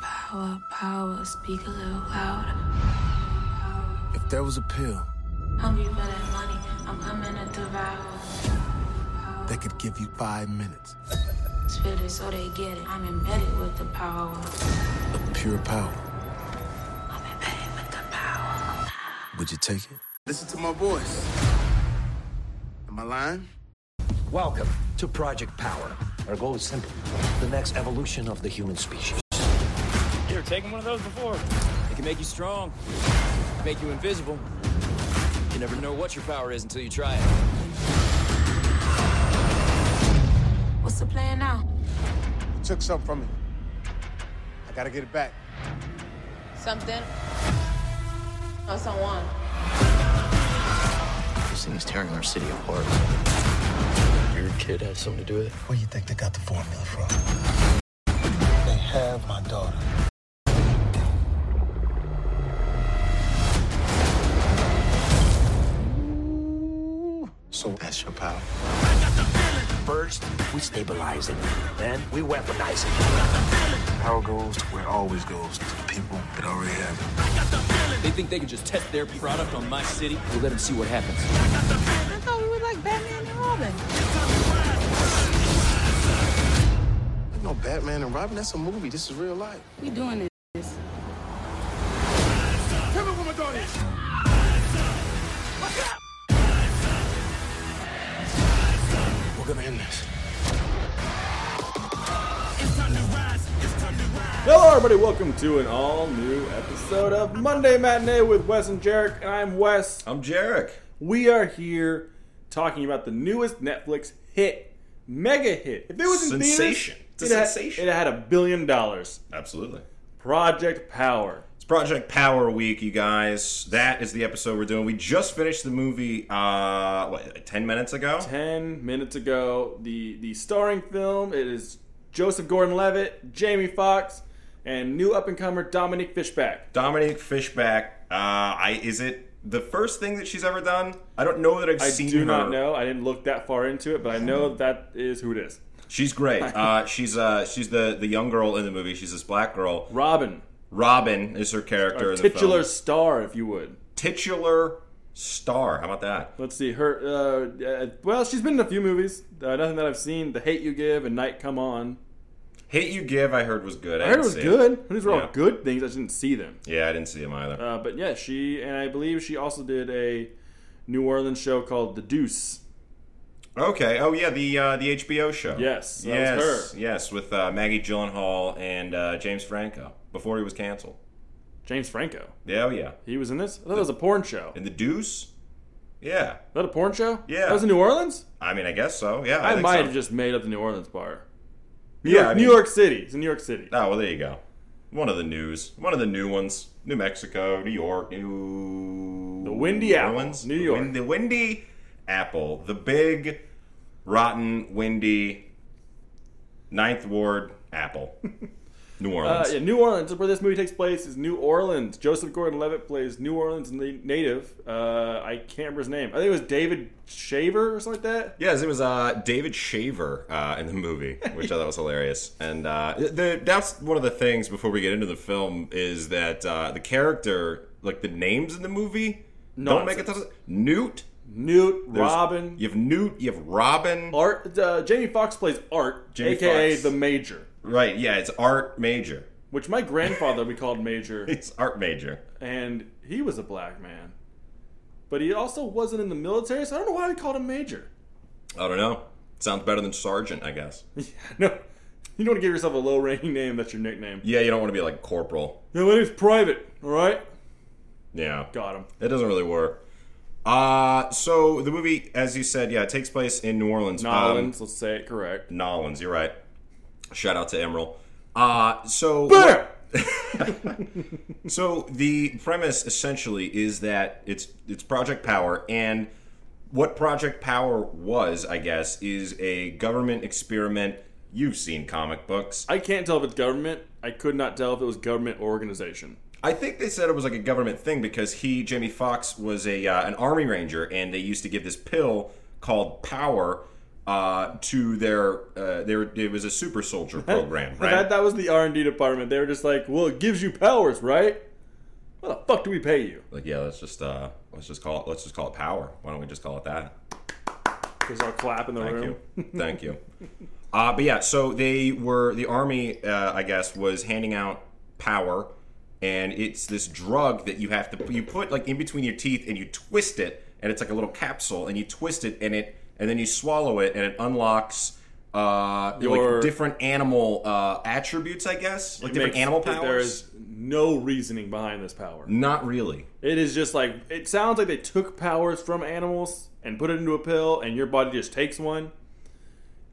Power, power, speak a little louder. If there was a pill Hungry for that money, I'm coming to devour. that could give you five minutes Spit it so they get it. I'm embedded with the power. of pure power, I'm embedded with the power. would you take it? Listen to my voice. Am I lying? Welcome to Project Power. Our goal is simple the next evolution of the human species. You ever taken one of those before? It can make you strong, make you invisible. You never know what your power is until you try it. What's the plan now? You took something from me. I gotta get it back. something or someone. This thing is tearing our city apart. Your kid has something to do with it? Where you think they got the formula from? They have my daughter. So that's your power. First, we stabilize it, then, we weaponize it. Power goes to where it always goes to the people that already have it. They think they can just test their product on my city. We'll let them see what happens. I thought we were like Batman and Robin. You know, Batman and Robin, that's a movie. This is real life. We doing it. Tell me what my daughter is. We're gonna end this. Hello, everybody. Welcome to an all-new episode of Monday Matinee with Wes and Jarek. And I'm Wes. I'm Jarek. We are here talking about the newest Netflix hit, mega hit. If it was in theaters, Sensation. It's a it had- sensation. it had a billion dollars. Absolutely. Project Power. It's Project Power Week, you guys. That is the episode we're doing. We just finished the movie, uh, what, 10 minutes ago? Ten minutes ago, the the starring film it is Joseph Gordon-Levitt, Jamie Foxx, and new up-and-comer Dominic Fishback. Dominic Fishback, uh, I, is it the first thing that she's ever done? I don't know that I've I seen do her. not know. I didn't look that far into it, but I know that is who it is. She's great. Uh, she's uh, she's the, the young girl in the movie. She's this black girl. Robin. Robin is her character Our in the titular film. star, if you would. Titular star. How about that? Let's see her. Uh, uh, well, she's been in a few movies. Uh, nothing that I've seen. The Hate You Give and Night Come On. Hit You Give, I heard was good. I, I heard it didn't was see good. These were all Yeah. good things. I just didn't see them. Yeah, I didn't see him either. Uh, but yeah, she and I believe she also did a New Orleans show called The Deuce. Okay. Oh yeah, the uh, the HBO show. Yes, that yes. was her. Yes, with uh, Maggie Gyllenhaal and uh, James Franco before he was canceled. James Franco. Yeah, oh yeah. He was in this. I thought it was a porn show. Is And the Deuce. Yeah. that a porn show? Yeah. That was in New Orleans. I mean, I guess so. Yeah. I, think might so. have just made up the New Orleans bar. New Yeah. York, I New mean- York City. It's in New York City. Oh well, there you go. One of the news. One of the new ones. New Mexico, New York, New. The Windy New Apple, Orleans, New The York. Win- The Windy Apple, the big, rotten, windy, Ninth Ward Apple, New Uh, Orleans. yeah, New Orleans is where this movie takes place. Is New Orleans. Joseph Gordon-Levitt plays New Orleans na- native. Uh, I can't remember his name. I think it was David Shaver or something like that. Yes, it was uh, David Shaver uh, in the movie, which I thought was hilarious. And uh, the, that's one of the things before we get into the film is that uh, the character, like the names in the movie, don't make a ton of Nonsense. Newt, Newt, there's- Robin, You have Newt. You have Robin. Art. Uh, Jamie Foxx plays Art, Jamie aka Foxx. the Major, Right? Yeah, it's Art Major. which my grandfather we called Major, It's Art Major. and he was a black man, but he also wasn't in the military, so I don't know why we called him Major. I don't know. Sounds better than Sergeant, I guess. no, you don't want to give yourself a low-ranking name. That's your nickname. Yeah, you don't want to be like Corporal. Yeah, my name's Private. All right, Yeah. got him. It doesn't really work. Uh, so the movie, as you said, yeah, it takes place in New Orleans. Um, Nolans, let's say it correct. Nollins, you're right. Shout out to Emerald. Uh, so Bam! so the premise essentially is that it's it's Project Power, and what Project Power was, I guess, is a government experiment. You've seen comic books. I can't tell if it's government. I could not tell if it was government or organization. I think they said it was like a government thing because he, Jamie Foxx, was a uh, an army ranger, and they used to give this pill called Power uh, to their uh, there it was a super soldier program, I thought right? that was the R and D department. They were just like, "Well, it gives you powers, right? What the fuck do we pay you?" Like yeah, let's just uh, let's just call it let's just call it power. Why don't we just call it that? There's our clap in the Thank room. you, thank you. Uh, but yeah, so they were the army, uh, I guess, was handing out power, and it's this drug that you have to you put like in between your teeth and you twist it, and it's like a little capsule, and you twist it, and it and then you swallow it, and it unlocks. Uh, Your- like different animal uh, attributes, I guess, like It different makes- animal there- powers. There is no reasoning behind this power. Not really. It is just like it sounds like they took powers from animals and put it into a pill, and your body just takes one,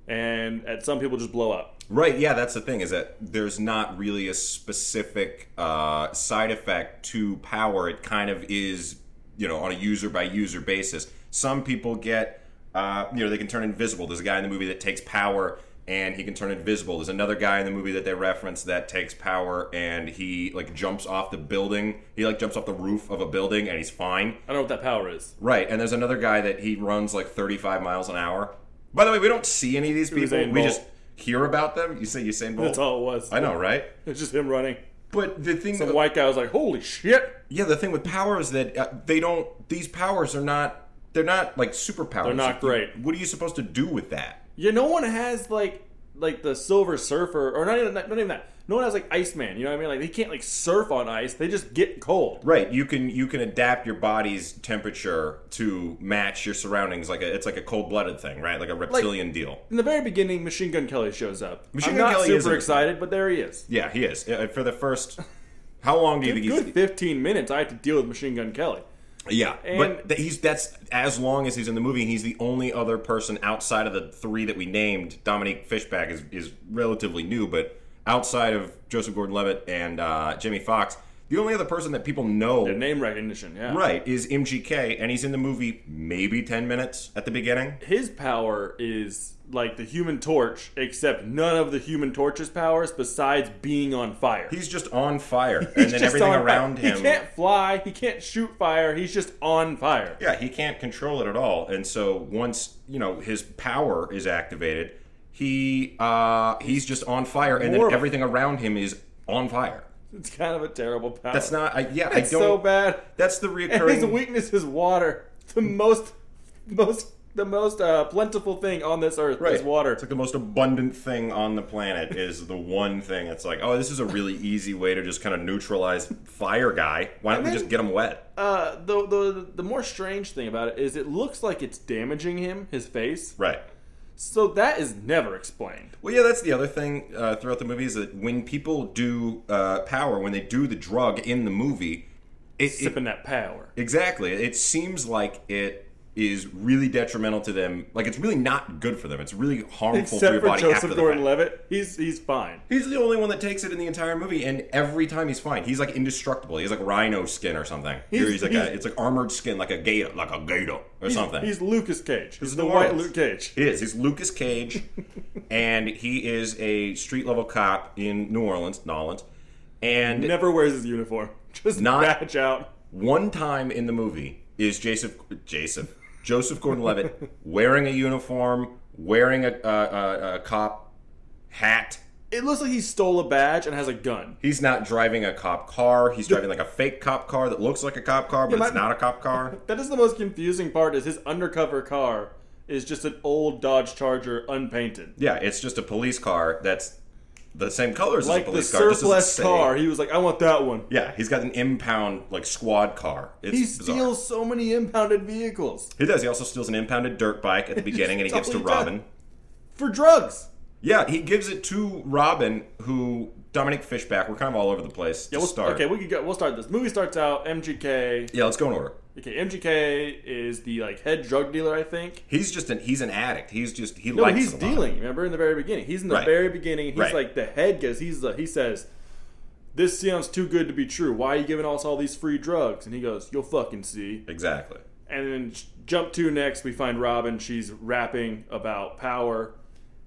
and at some people just blow up. Right, yeah, that's the thing is that there's not really a specific uh, side effect to power. It kind of is, you know, on a user by user basis. Some people get, uh, you know, they can turn invisible. There's a guy in the movie that takes power and he can turn invisible. There's another guy in the movie that they reference that takes power and he like jumps off the building. He like jumps off the roof of a building and he's fine. I don't know what that power is. Right, and there's another guy that he runs like 35 miles an hour. By the way, we don't see any of these people. Usain We Bolt. just hear about them. You say Usain Bolt. That's all it was. I know, right? It's just him running. But the thing, Some white guy was like, "Holy shit!" yeah, the thing with power is that uh, they don't. These powers are not. They're not like superpowers. They're not Like, great. What are you supposed to do with that? Yeah, no one has like like the Silver Surfer, or not even not even that. No one has like Iceman. You know what I mean? Like they can't like surf on ice. They just get cold. Right. You can you can adapt your body's temperature to match your surroundings. Like a, it's like a cold blooded thing, right? Like a reptilian deal. In the very beginning, Machine Gun Kelly shows up. Machine I'm Gun not Kelly super isn't- excited, but there he is. Yeah, he is. Uh, For the first, how long do you think he's? Good 15 minutes. I have to deal with Machine Gun Kelly. Yeah, but And- th- he's that's as long as he's in the movie. He's the only other person outside of the three that we named. Dominique Fishback is is relatively new, but outside of Joseph Gordon-Levitt and uh, Jamie Foxx, the only other person that people know The name recognition, yeah. right is MGK, and he's in the movie maybe ten minutes at the beginning. His power is like the Human Torch, except none of the Human Torch's powers besides being on fire. He's just on fire, and He's then just everything on fire. around him. He can't fly. He can't shoot fire. He's just on fire. Yeah, he can't control it at all, and so once you know his power is activated, he uh, he's just on fire, and More then of a- everything around him is on fire. It's kind of a terrible power. That's not. I, yeah, It's I don't. so bad. That's the And his reoccurring. weakness is water. The most, most, the most uh, plentiful thing on this earth Right. is water. It's like the most abundant thing on the planet is the one thing. It's like, oh, this is a really easy way to just kind of neutralize fire guy. Why don't we then- just get him wet? Uh, the, the the more strange thing about it is it looks like it's damaging him, his face. right. So that is never explained. Well, yeah, that's the other thing uh, throughout the movie is that when people do uh, power, when they do the drug in the movie, it, it Sipping that power. Exactly. It seems like it is really detrimental to them. Like it's really not good for them. It's really harmful to Except your for body after Joseph the fact. Gordon-Levitt, he's he's fine. He's the only one that takes it in the entire movie, and every time he's fine. He's like indestructible. He's like rhino skin or something. Here He's- he's like he's- a, it's like armored skin, like a gator, like a gator or something. He's Lucas Cage. He's is the, the white world. Luke Cage. He is. He's Lucas Cage, and he is a street level cop in New Orleans, Nolans. And Never wears his uniform. Just Not- batch out. one time in the movie is Joseph Jason Joseph Gordon-Levitt wearing a uniform, wearing a, a, a, a cop hat. It looks like he stole a badge and has a gun. He's not driving a cop car. He's driving like a fake cop car that looks like a cop car, but Yeah, it's my- not a cop car. That is the most confusing part. Is his undercover car is just an old Dodge Charger unpainted. Yeah, it's just a police car that's the same colors Like as a the police car. just doesn't surplus say- car, he was like, "I want that one." Yeah, he's got an impound like squad car. It's He bizarre. steals so many impounded vehicles He does. He also steals an impounded dirt bike at the beginning, and he gives to totally does. Robin. for drugs. Yeah, he gives it to Robin, who Dominic Fishback. We're kind of all over the place Yeah, to we'll start. Okay, we could go. We'll start this. Movie starts out. MGK. yeah, let's go in order. Okay, MGK is the like head drug dealer, I think. He's just an he's an addict. He's just he No, likes he's it a lot. dealing. Remember in the very beginning, he's in the Right. very beginning. He's Right. like the head because he's the, he says, "This sounds too good to be true. Why are you giving us all these free drugs?" And he goes, "You'll fucking see." Exactly. And then j- jump to next, we find Robin. She's rapping about power.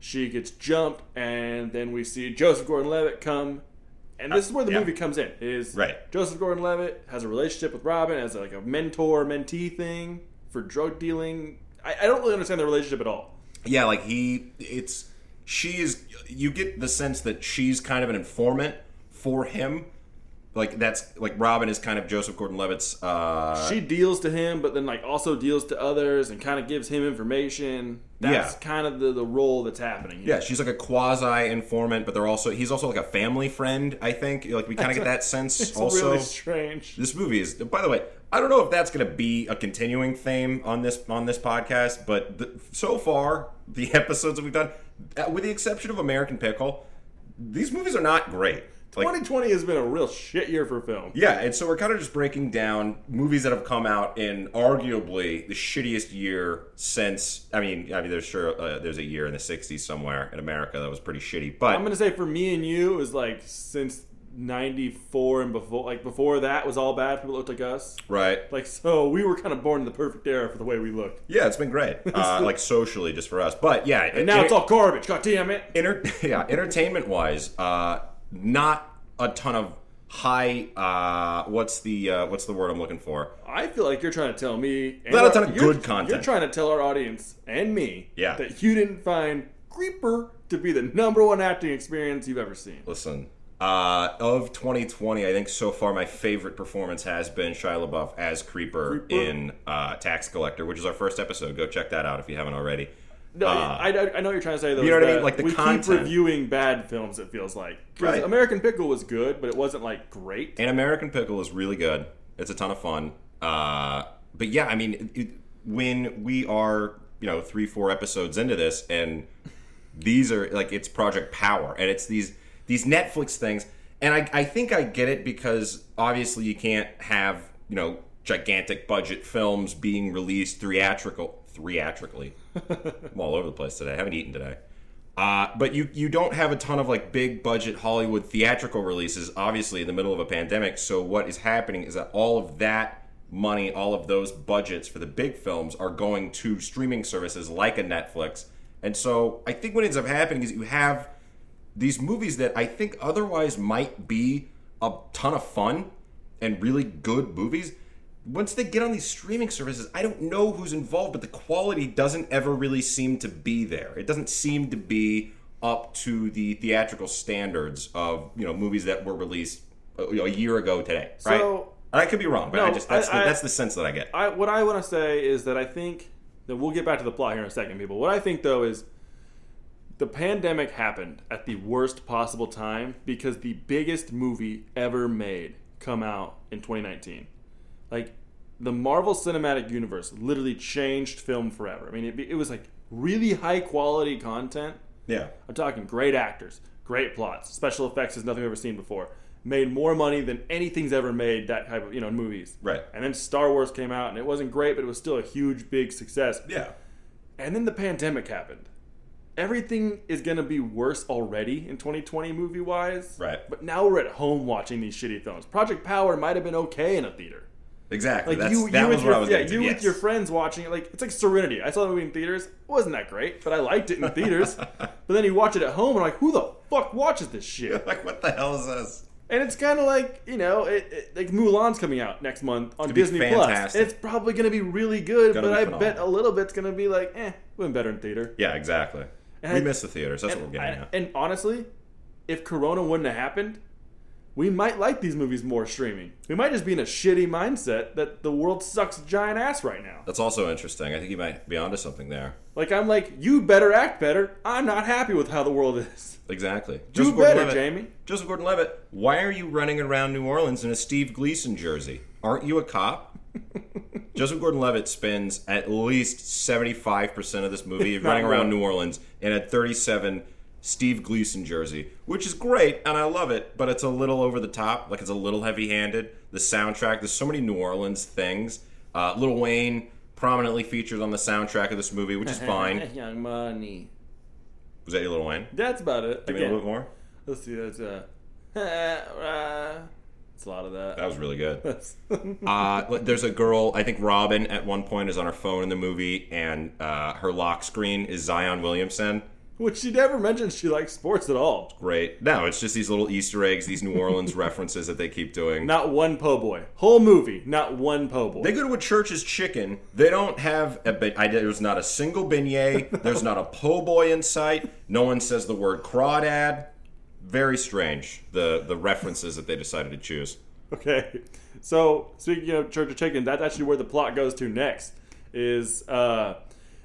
She gets jumped, and then we see Joseph Gordon-Levitt come. And this is where the yeah. movie comes in. Is Right. Joseph Gordon-Levitt has a relationship with Robin as like a mentor mentee thing for drug dealing. I, I don't really understand the relationship at all. yeah, like he, it's she is. You get the sense that she's kind of an informant for him. Like that's like Robin is kind of Joseph Gordon-Levitt's. uh she deals to him, but then like also deals to others and kind of gives him information. That's Yeah. kind of the, the role that's happening. here. Yeah, she's like a quasi informant, but they're also he's also like a family friend. I think like we kind of get that sense it's also. really strange. This movie is, by the way, I don't know if that's going to be a continuing theme on this on this podcast, but the, so far the episodes that we've done, uh, with the exception of American Pickle, these movies are not great. Like, 2020 has been a real shit year for film. yeah, and so we're kind of just breaking down movies that have come out in arguably the shittiest year since. I mean, I mean, there's sure uh, there's a year in the '60s somewhere in America that was pretty shitty, but I'm gonna say for me and you is like since '94 and before, like before that was all bad. People looked like us. right, Like so, we were kind of born in the perfect era for the way we looked. yeah, it's been great, uh, like socially just for us, but yeah, And now it's all garbage. God damn it! Enter- yeah, entertainment wise, uh, not a ton of high. Uh, what's the uh, what's the word I'm looking for? I feel like you're trying to tell me and Not a our- ton of you're- good content. You're trying to tell our audience and me Yeah. that you didn't find Creeper to be the number one acting experience you've ever seen. Listen, uh, of 2020, I think so far my favorite performance has been Shia LaBeouf as Creeper, Creeper? in uh, Tax Collector, which is our first episode. Go check that out if you haven't already. No, Uh, I, I, I know what you're trying to say though. you know is what I mean? that Like, the we keep content. reviewing bad films. It feels like 'Cause Right. American Pickle was good, but it wasn't like great. And American Pickle is really good. It's a ton of fun. Uh, but yeah, I mean, it, it, when we are, you know, three, four episodes into this, and these are like it's Project Power, and it's these these Netflix things, and I, I think I get it because obviously you can't have you know gigantic budget films being released theatrical theatrically. I'm all over the place today. I haven't eaten today. Uh, but you you don't have a ton of like big budget Hollywood theatrical releases, obviously in the middle of a pandemic. So what is happening is that all of that money, all of those budgets for the big films are going to streaming services like a Netflix. And so I think what ends up happening is you have these movies that I think otherwise might be a ton of fun and really good movies. Once they get on these streaming services, I don't know who's involved, but the quality doesn't ever really seem to be there. It doesn't seem to be up to the theatrical standards of you know movies that were released uh, you know, a year ago today. Right? So- I could be wrong, but I No, just that's, I- I- the, that's the sense that I get. I, what I want to say is that I think that we'll get back to the plot here in a second, people. What I think though is the pandemic happened at the worst possible time because the biggest movie ever made come out in 2019. Like the Marvel Cinematic Universe literally changed film forever. I mean, it, be- it was like really high quality content. yeah, I'm talking great actors, great plots, special effects is nothing I've ever seen before. Made more money than anything's ever made that type of you know movies. Right. And then Star Wars came out and it wasn't great, but it was still a huge big success. yeah, And then the pandemic happened. Everything is gonna be worse already in 2020 movie wise. Right. But now we're at home watching these shitty films. Project Power might have been okay in a theater. exactly. Like that's, you, that you was with what your, I was yeah, getting to, you yes. with your friends watching it. Like it's like Serenity. I saw the movie in theaters. It wasn't that great, but I liked it in theaters. but then you watch it at home, and like, who the fuck watches this shit? like what the hell is this? And it's kind of like you know, it, it, like Mulan's coming out next month on be Disney Plus. fantastic. It's probably gonna be really good, Gonna but be I phenomenal. bet a little bit's gonna be like, eh, would have been better in theater. Yeah, exactly. And we I- miss the theaters. That's what we're getting And- at. and honestly, if Corona wouldn't have happened, we might like these movies more streaming. We might just be in a shitty mindset that the world sucks giant ass right now. That's also interesting. I think you might be onto something there. Like I'm like, you better act better. I'm not happy with how the world is. Exactly. Do better, Jamie. Joseph Gordon-Levitt, why are you running around New Orleans in a Steve Gleason jersey? Aren't you a cop? Joseph Gordon-Levitt spends at least 75% of this movie running around more. New Orleans in a 37 Steve Gleason jersey, which is great and I love it, but it's a little over the top, like it's a little heavy-handed. The soundtrack, there's so many New Orleans things. Uh, Little Wayne prominently featured on the soundtrack of this movie, which is fine. Young money. Was that your Little Wayne? That's about it. Give me a Again, little bit more. Let's see. That's uh, it's a lot of that. That was really good. That's- Uh, but there's a girl. I think Robin at one point is on her phone in the movie, and uh, her lock screen is Zion Williamson. Which she never mentions she likes sports at all. Great. No, it's just these little Easter eggs, these New Orleans references that they keep doing. Not one po' boy. Whole movie, not one po' boy. They go to a church's chicken. They don't have a. bi- I, there's not a single beignet. There's not a po' boy in sight. No one says the word crawdad. Very strange. The the references that they decided to choose. Okay. So speaking of Church of Chicken, that's actually where the plot goes to next. Is uh,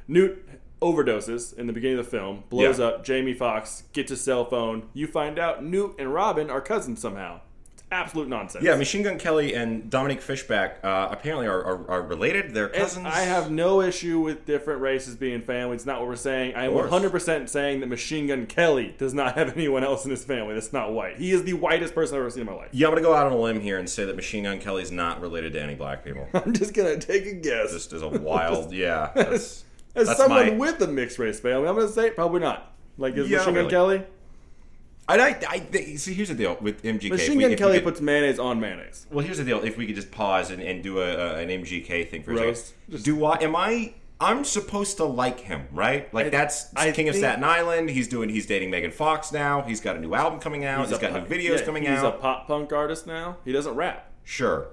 Newt overdoses in the beginning of the film, blows Yeah. up. Jamie Fox gets his cell phone. You find out Newt and Robin are cousins somehow. It's absolute nonsense. Yeah, Machine Gun Kelly and Dominic Fishback uh, apparently are, are, are related. They're And cousins. I have no issue with different races being family. It's not what we're saying. I am course. 100% saying that Machine Gun Kelly does not have anyone else in his family that's not white. He is the whitest person I've ever seen in my life. Yeah, I'm gonna go out on a limb here and say that Machine Gun Kelly's not related to any black people. I'm just going to take a guess. Just as a wild, yeah. That's, As that's someone my, with a mixed race family, I'm going to say probably not. Like, is Yeah, Machine Gun really. Kelly? I, I, I think- see. Here's the deal with MGK. If Machine we- Gun if we Kelly could- puts mayonnaise on mayonnaise. Well, here's the deal. If we could just pause and, and do a, a an MGK thing for a Roast. second. Do I? Am I? I'm supposed to like him, right? Like that's I King of think- Staten Island. He's doing. He's dating Megan Fox now. He's got a new album coming out. he's a got pop- new videos yeah, coming he's out. a pop punk artist now. He doesn't rap. sure.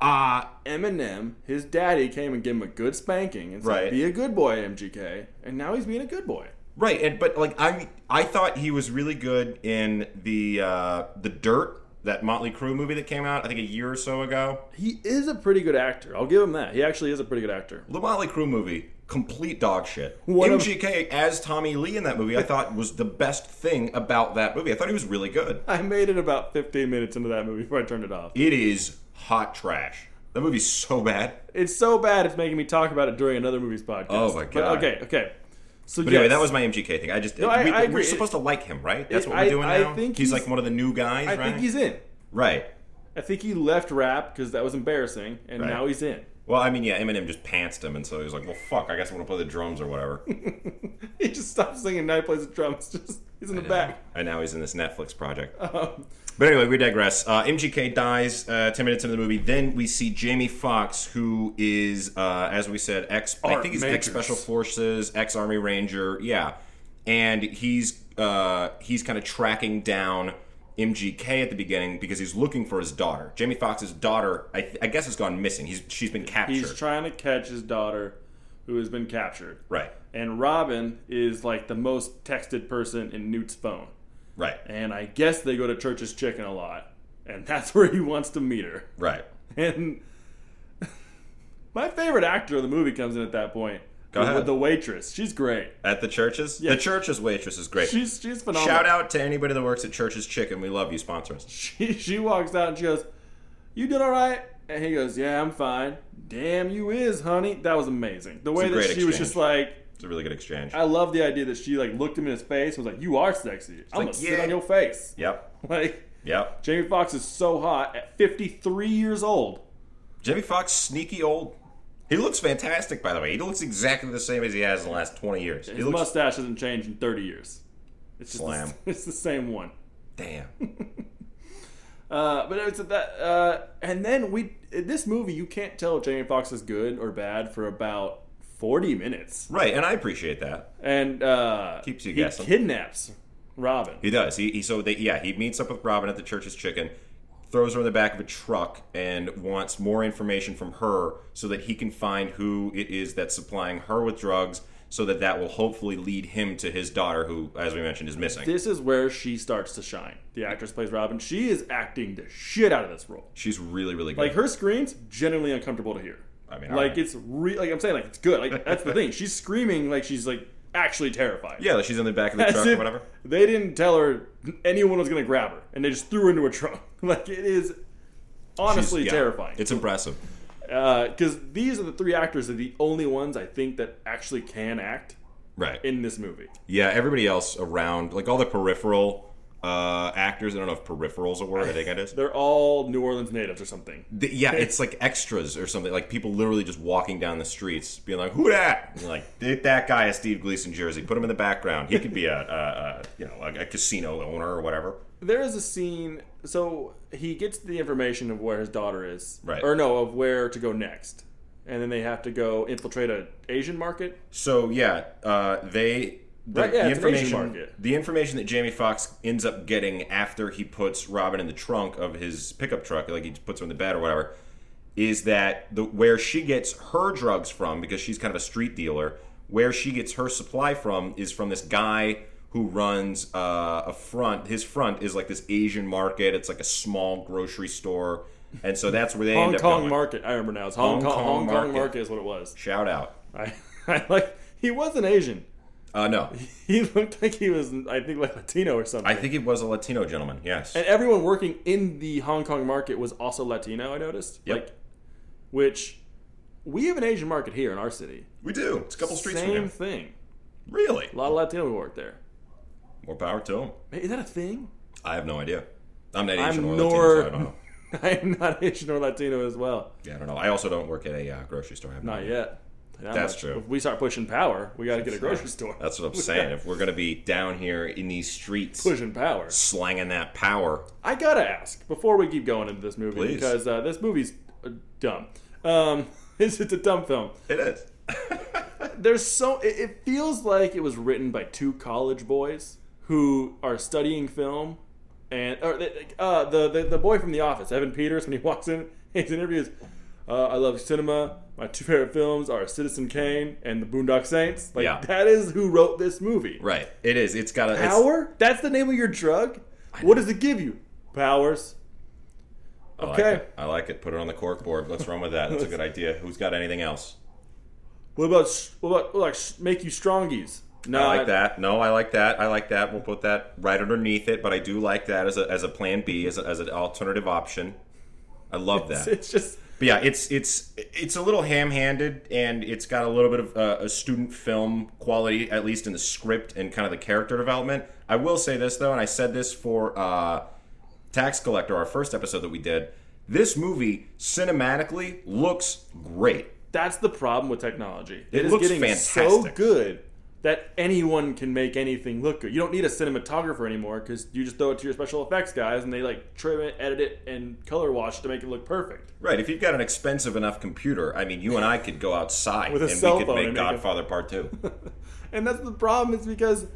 Uh Eminem, his daddy came and gave him a good spanking and said, Right. "Be a good boy, MGK." And now he's being a good boy. right. And but like I, I thought he was really good in the uh the Dirt, that Motley Crue movie that came out. I think a year or so ago. He is a pretty good actor. I'll give him that. He actually is a pretty good actor. The Motley Crue movie, complete dog shit. One of- MGK as Tommy Lee in that movie, I thought was the best thing about that movie. I thought he was really good. I made it about 15 minutes into that movie before I turned it off. It is hot trash. That movie's so bad. It's so bad it's making me talk about it during another movie's podcast. Oh my But God. okay, okay. So But anyway, that was my MGK thing. I just I- we, I are agree. supposed to like him, right? That's what we're I- doing I now. think he's, he's- like one of the new guys, I right? think he's in. right. I think he left rap because that was embarrassing, and Right. now he's in. Well, I mean, yeah, Eminem just pantsed him, and so he was like, "Well, fuck, I guess I'm gonna play the drums or whatever." He just stops singing. Now he plays the drums. Just he's in the back. and now he's in this Netflix project. Um, but anyway, we digress. Uh, MGK dies uh, 10 minutes into the movie. Then we see Jamie Fox, who is, uh, as we said, ex. I Art think he's Majors. ex Special Forces, ex Army Ranger. Yeah, and he's uh, he's kind of tracking down. MGK at the beginning because he's looking for his daughter. Jamie Fox's daughter, I, th- I guess, has gone missing. He's she's been captured. He's trying to catch his daughter, who has been captured. right, And Robin is like the most texted person in Newt's phone. right, And I guess they go to Church's Chicken a lot, and that's where he wants to meet her. right. And my favorite actor of the movie comes in at that point. Go with ahead. the waitress. She's great. At the churches, Yeah. the church's waitress is great. She's she's phenomenal. Shout out to anybody that works at Church's Chicken. We love you, sponsors. she, she walks out and she goes, "You did all right." And he goes, "Yeah, I'm fine." Damn, you is, honey. That was amazing. The way a that she great was exchange. just like, It's a really good exchange. I love the idea that she like looked him in his face and was like, "You are sexy. I'm like, gonna sit yeah. on your face." Yep. Like Yep. Jamie Foxx is so hot at 53 years old. Jimmy Fox, sneaky old. He looks fantastic, by the way. He looks exactly the same as he has in the last 20 years. He His looks. mustache hasn't changed in 30 years. It's just Slam. The, it's the same one. Damn. Uh, but it's that, uh, and then we in this movie you can't tell Jamie Foxx is good or bad for about 40 minutes. right, and I appreciate that. and uh, Keeps you he guessing. kidnaps Robin. He does. He, he so they yeah he meets up with Robin at the Church's Chicken, throws her in the back of a truck, and wants more information from her so that he can find who it is that's supplying her with drugs. So that that will hopefully lead him to his daughter, who, as we mentioned, is missing. This is where she starts to shine. The actress plays Robin. She is acting the shit out of this role. She's really, really good. Like her screams, genuinely uncomfortable to hear. I mean, like alright. it's re- like I'm saying, like it's good. Like that's the thing. She's screaming like she's like actually terrified. Yeah, like she's in the back of the As truck if or whatever. They didn't tell her anyone was gonna grab her, and they just threw her into a trunk. Like it is honestly She's- yeah, terrifying. It's impressive. because these are the three actors are the only ones I think that actually can act Right. in this movie. yeah, everybody else around, like all the peripheral uh, actors, I don't know if peripheral's a word, I think it is. They're all New Orleans natives or something. Th- yeah, it's like extras or something. Like people literally just walking down the streets being like, who that? And you're like, "Th- that guy is Steve Gleason jersey. Put him in the background. He could be a, a, a you know, a, a casino owner or whatever. There is a scene. So he gets the information of where his daughter is, Right. Or no, of where to go next, and then they have to go infiltrate a Asian market. So yeah, uh, they the, Right, yeah, the it's an Asian information market. the information that Jamie Fox ends up getting after he puts Robin in the trunk of his pickup truck, like he puts her in the bed or whatever, is that the where she gets her drugs from because she's kind of a street dealer. Where she gets her supply from is from this guy who runs uh, a front. His front is like this Asian market. It's like a small grocery store, and so that's where they Hong end up Kong going. market. I remember now. It's Hong, Hong Kong, Kong Hong Kong market. market is what it was. Shout out. I, I like. He wasn't Asian. Uh, no, He looked like he was, I think, like Latino or something. I think it was a Latino gentleman. Yes. and everyone working in the Hong Kong market was also Latino. I noticed. Yep. Like, which we have an Asian market here in our city. We do. It's a couple streets from Same here. thing. Really? A lot of Latino people work there. More power to him. Ma- Is that a thing? I have no idea. I'm not I'm Asian or nor- Latino, so I don't know. I'm not Asian or Latino as well. Yeah, I don't know. I also don't work at a uh, grocery store. I have no Not idea. yet. Not That's much. true. If we start pushing power, we got to get a grocery store. That's what I'm saying. If we're gonna be down here in these streets, pushing power. slanging that power, I gotta ask before we keep going into this movie Please. because uh, this movie's uh, dumb. Um, it's, it's a dumb film. it is. There's so it, it feels like it was written by two college boys who are studying film, and or they- uh, the, the the boy from The Office, Evan Peters, when he walks in, his interview is, uh, "I love cinema. My two favorite films are Citizen Kane and The Boondock Saints." Like Yeah. that is who wrote this movie. Right. It is. It's got a it's- Power? That's the name of your drug? What does it give you? Powers. I like okay. it. I like it. Put it on the cork board. Let's run with that. That's a good idea. Who's got anything else? What about sh- what about what like sh- make you strongies? No, I like that. No, I like that. I like that. We'll put that right underneath it. But I do like that as a as a plan B, as a, as an alternative option. I love that. It's just But yeah, it's it's it's a little ham-handed, and it's got a little bit of uh, a student film quality, at least in the script and kind of the character development. I will say this though, and I said this for uh, Tax Collector, our first episode that we did. This movie cinematically looks great. that's the problem with technology. It is looks getting so fantastic. good that anyone can make anything look good. You don't need a cinematographer anymore because you just throw it to your special effects guys and they like trim it, edit it, and color wash to make it look perfect. Right, if you've got an expensive enough computer, I mean, you and I could go outside With a and cell we could phone make and make a- Godfather Part Two. And that's the problem is because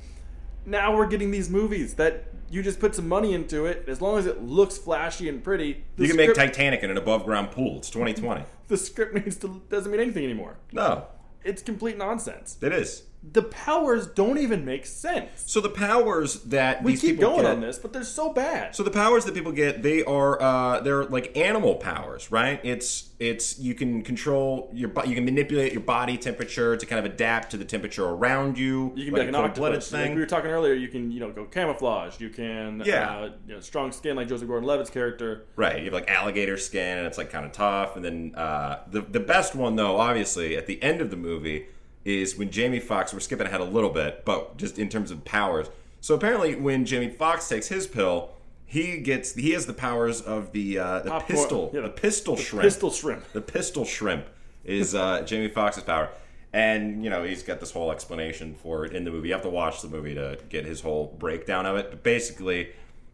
now we're getting these movies that you just put some money into it. As long as it looks flashy and pretty, the You can make script- Titanic in an above-ground pool. It's 2020. the script needs to doesn't mean anything anymore. No, It's complete nonsense. it is. The powers don't even make sense. So the powers that We these keep people going get- on this, but they're so bad. So the powers that people get, they are uh, they're like animal powers, right? It's it's you can control your body, you can manipulate your body temperature to kind of adapt to the temperature around you. you can like be like an a cold-blooded octopus. Like thing. we were talking earlier, you can you know go camouflage. You can Yeah. uh, you know, strong skin like Joseph Gordon-Levitt's character. Right, you have like alligator skin, and it's like kind of tough. And then uh, the the best one though, obviously, at the end of the movie is when Jamie Fox. We're skipping ahead a little bit, but just in terms of powers. So apparently, when Jamie Fox takes his pill, he gets he has the powers of the uh, the Popcorn- pistol, yeah, the, the- pistol shrimp, Pistol shrimp. the pistol shrimp is uh, Jamie Foxx's power. And, you know, he's got this whole explanation for it in the movie. You have to watch the movie to get his whole breakdown of it. But basically,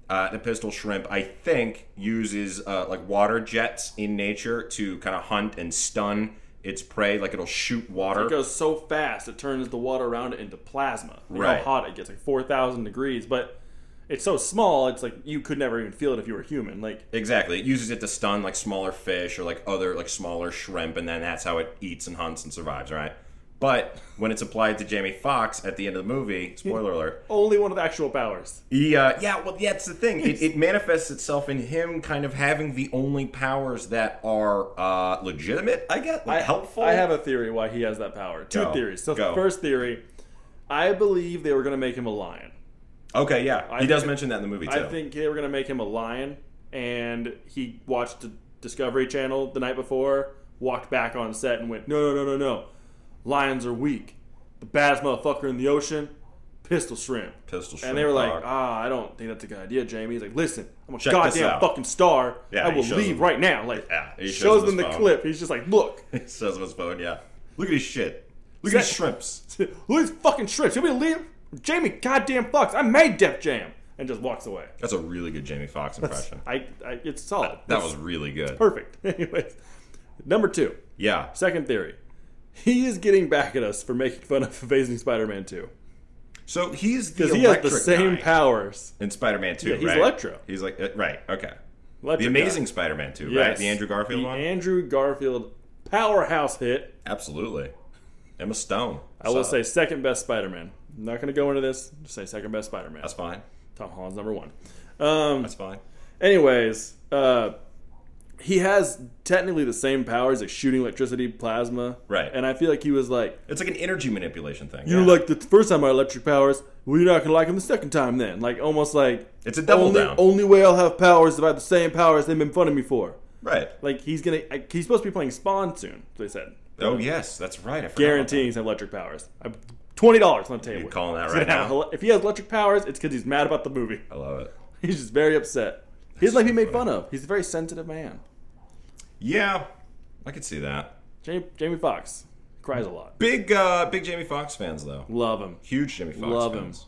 uh, the pistol shrimp, I think, uses uh, like water jets in nature to kind of hunt and stun its prey. Like it'll shoot water. It goes so fast, it turns the water around it into plasma. You know Right. how hot it gets, like four thousand degrees. But it's so small, it's like you could never even feel it if you were human. Like Exactly. It uses it to stun like smaller fish or like other like smaller shrimp, and then that's how it eats and hunts and survives, right? But when it's applied to Jamie Fox at the end of the movie, spoiler alert, only one of the actual powers. He, uh, yeah, well, yeah, it's the thing. It, it manifests itself in him kind of having the only powers that are uh, legitimate, I guess, like helpful. I have a theory why he has that power. Two Go. theories. So Go. first theory, I believe they were going to make him a lion. okay, yeah, he think does it- mention that in the movie too. I think they were going to make him a lion, and he watched the Discovery Channel the night before, walked back on set, and went, "No, no, no, no, no, lions are weak. The baddest motherfucker in the ocean, pistol shrimp." pistol. Shrimp And they were like, power. "Ah, I don't think that's a good idea, Jamie." He's like, "Listen, I'm a Check this goddamn out." fucking star. Yeah, I he will shows leave them- right now." Like, Yeah, he shows, shows them them the his phone. clip. He's just like, "Look, It says on his phone, yeah. Look at his shit. Look at Exact- his shrimps. look at these fucking shrimps. You want me to leave?" Jamie, goddamn fucks! I made Def Jam, and just walks away. That's a really good Jamie Fox impression. I, I it's solid. That It's- was really good. Perfect. Anyways, number two, Yeah. second theory. He is getting back at us for making fun of Amazing Spider Man 2. So he's the Because he has the electric same guy powers. in Spider-Man Two. Yeah, he's right? Electro. He's like uh, right. Okay. Electric the Amazing guy. Spider-Man Two, right? Yes. The Andrew Garfield The one. Andrew Garfield powerhouse hit. Absolutely. Emma Stone. I will Solid. say second best Spider-Man. I'm not going to go into this. Just say second best Spider-Man. that's fine. Tom Holland's number one. Um, That's fine. Anyways, uh, he has technically the same powers as shooting electricity, plasma. Right. And I feel like he was like, It's like an energy manipulation thing. you yeah. like the first time I electric powers, well, you're not going to like them the second time then. Like, almost like. It's a double only, down. Only way I'll have powers is if I have the same powers they've been fun of me for. right. Like, he's going to. He's supposed to be playing Spawn soon, they said. Oh yes, that's right. I forgot about Guaranteeing he's going to have electric powers. I'm $20 on the table. You're calling that He's gonna right have now. ele- If he has electric powers, it's because he's mad about the movie. that. I love it. He's just very upset. He's like he made fun of. He's a very sensitive man. Yeah, I could see that. Jamie, Jamie Fox cries a lot. Big, uh, big Jamie Foxx fans though. Love him. Huge Jamie Foxx Love him. fans.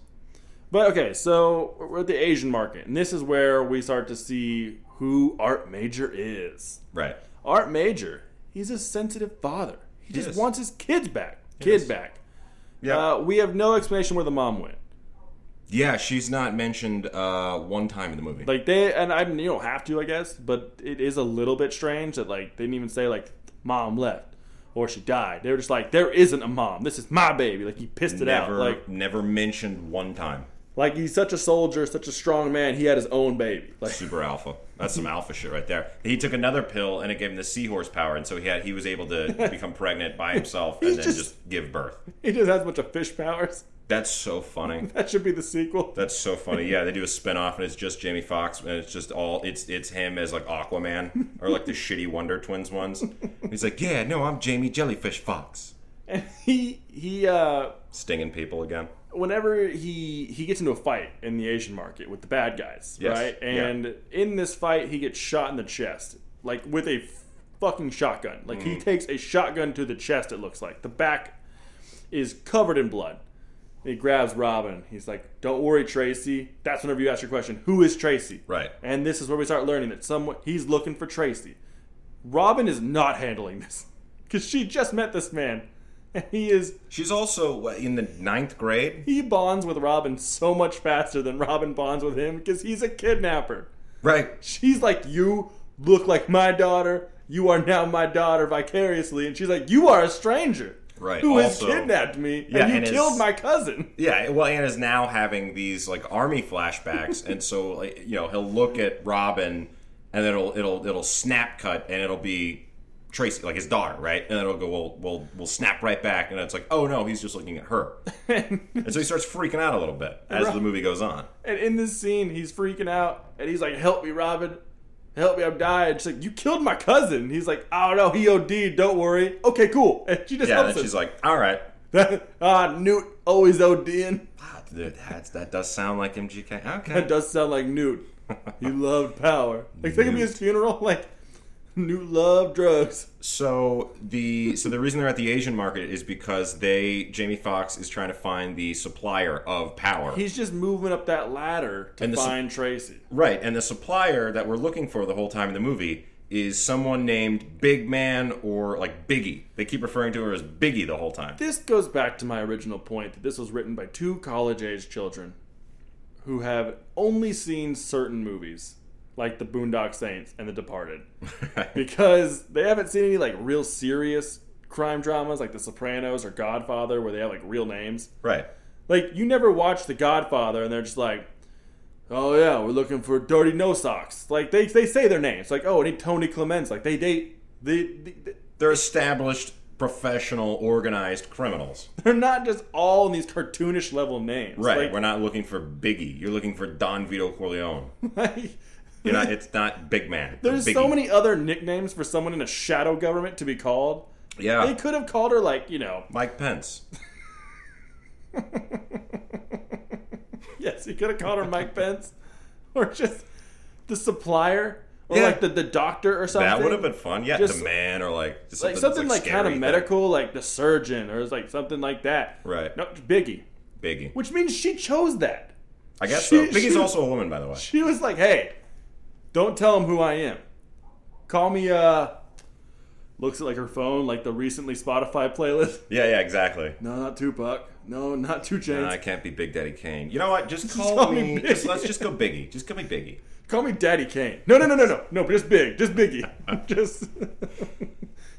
But okay, so we're at the Asian market, and this is where we start to see who Art Major is. Right. Art Major, he's a sensitive father. He just is. wants his kids back. Kid is. back. Yeah. Uh, we have no explanation where the mom went. yeah, she's not mentioned uh, one time in the movie. Like they and I you don't have to, I guess, but it is a little bit strange that like they didn't even say like mom left or she died. They were just like there isn't a mom. This is my baby. Like he pissed it never, out. Like never mentioned one time. Like he's such a soldier, such a strong man. He had his own baby. Like Super alpha. That's some alpha shit right there. He took another pill and it gave him the seahorse power, and so he had he was able to become pregnant by himself and then just- just, give birth. he just has a bunch of fish powers. That's so funny. That should be the sequel. That's so funny. Yeah, they do a spinoff and it's just Jamie Foxx and it's just all it's it's him as like Aquaman or like the shitty Wonder Twins ones. He's like, yeah, no, I'm Jamie Jellyfish Fox, And he he uh stinging people again. whenever he he gets into a fight in the Asian market with the bad guys, Yes. right? Yeah. And in this fight, he gets shot in the chest, like with a fucking shotgun. Like Mm. he takes a shotgun to the chest. It looks like the back is covered in blood. He grabs Robin. He's like, "Don't worry, Tracy." That's whenever you ask your question, "Who is Tracy?" Right. And this is where we start learning that someone he's looking for Tracy. Robin is not handling this because she just met this man, and he is She's also uh, in the ninth grade. he bonds with Robin so much faster than Robin bonds with him because he's a kidnapper. Right. She's like, You look like my daughter. You are now my daughter vicariously. And she's like, You are a stranger. Right, Who also- has kidnapped me. Yeah, and you and is- killed my cousin. Yeah, well, Anna's now having these like army flashbacks, and so like, you know he'll look at Robin, and then it'll it'll it'll snap cut, and it'll be Tracy, like his daughter, right? And then it'll go, well, we'll we'll snap right back, and it's like, oh no, he's just looking at her, and so he starts freaking out a little bit as the movie goes on. And in this scene, he's freaking out and he's like, Help me, Robin. Help me, I'm dying. She's like, You killed my cousin. And he's like, Oh no, he OD'd. Don't worry. Okay, cool. And she just Yeah, and helps then him. she's like, all right, ah, Newt always OD'ing. Ah, dude, that's, that does sound like MGK. That Okay, does sound like Newt. He loved power. Like think of his funeral, like Newt loved drugs. so the so the reason they're at the Asian market is because they Jamie Fox is trying to find the supplier of power. He's just moving up that ladder to And the sup- find Tracy. Right, and the supplier that we're looking for the whole time in the movie is someone named Big Man or like Biggie. They keep referring to her as Biggie the whole time. This goes back to my original point that this was written by two college age children who have only seen certain movies, like The Boondock Saints and The Departed. because they haven't seen any like real serious crime dramas like The Sopranos or Godfather where they have like real names. Right. Like you never watch The Godfather and they're just like, oh yeah, we're looking for dirty no socks. Like they they say their names. Like oh, and Tony Clements. Like they date they, they They're established professional organized criminals. they're not just all in these cartoonish level names. Right. Like, we're not looking for Biggie. You're looking for Don Vito Corleone. like, You're not it's not Big Man. there's Biggie. so many other nicknames for someone in a shadow government to be called. Yeah. They could have called her like you know Mike Pence. yes he could have called her Mike Pence or just the supplier or Yeah. like the, the doctor or something. That would have been fun. Yeah, Just- the man or like just like something something, like, kind scary of thing. medical, like the surgeon, or it's like something like that. Right. No, Biggie, Biggie. which means she chose that. I guess she- so. Biggie's she- also a woman, by the way. She was like, "Hey, don't tell him who I am. Call me uh, looks at like her phone, like the recently Spotify playlist. Yeah, yeah, exactly. No, not Tupac. No, not Two Chainz. No, I can't be Big Daddy Kane. You know what? Just call, call me me. Biggie. just, let's just go Biggie. Just call me Biggie. Call me Daddy Kane. No, no, no, no, no, no. Just big, just Biggie. just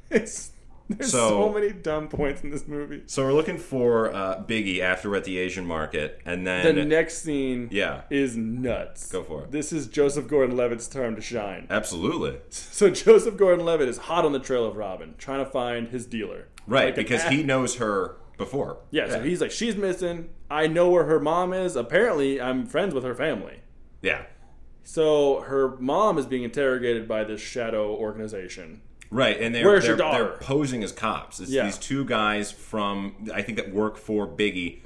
it's there's so, So- many dumb points in this movie. So we're looking for uh, Biggie after we're at the Asian market, and The then next scene, Yeah. is nuts. Go for it. This is Joseph Gordon-Levitt's time to shine. absolutely So Joseph Gordon-Levitt is hot on the trail of Robin, trying to find his dealer. right Like an because ass- he knows her before. Yeah, so he's like, she's missing. I know where her mom is. Apparently, I'm friends with her family. yeah, So her mom is being interrogated by this shadow organization. right. And they're Where's they're, your daughter? they're posing as cops. It's Yeah. these two guys from I think that work for Biggie,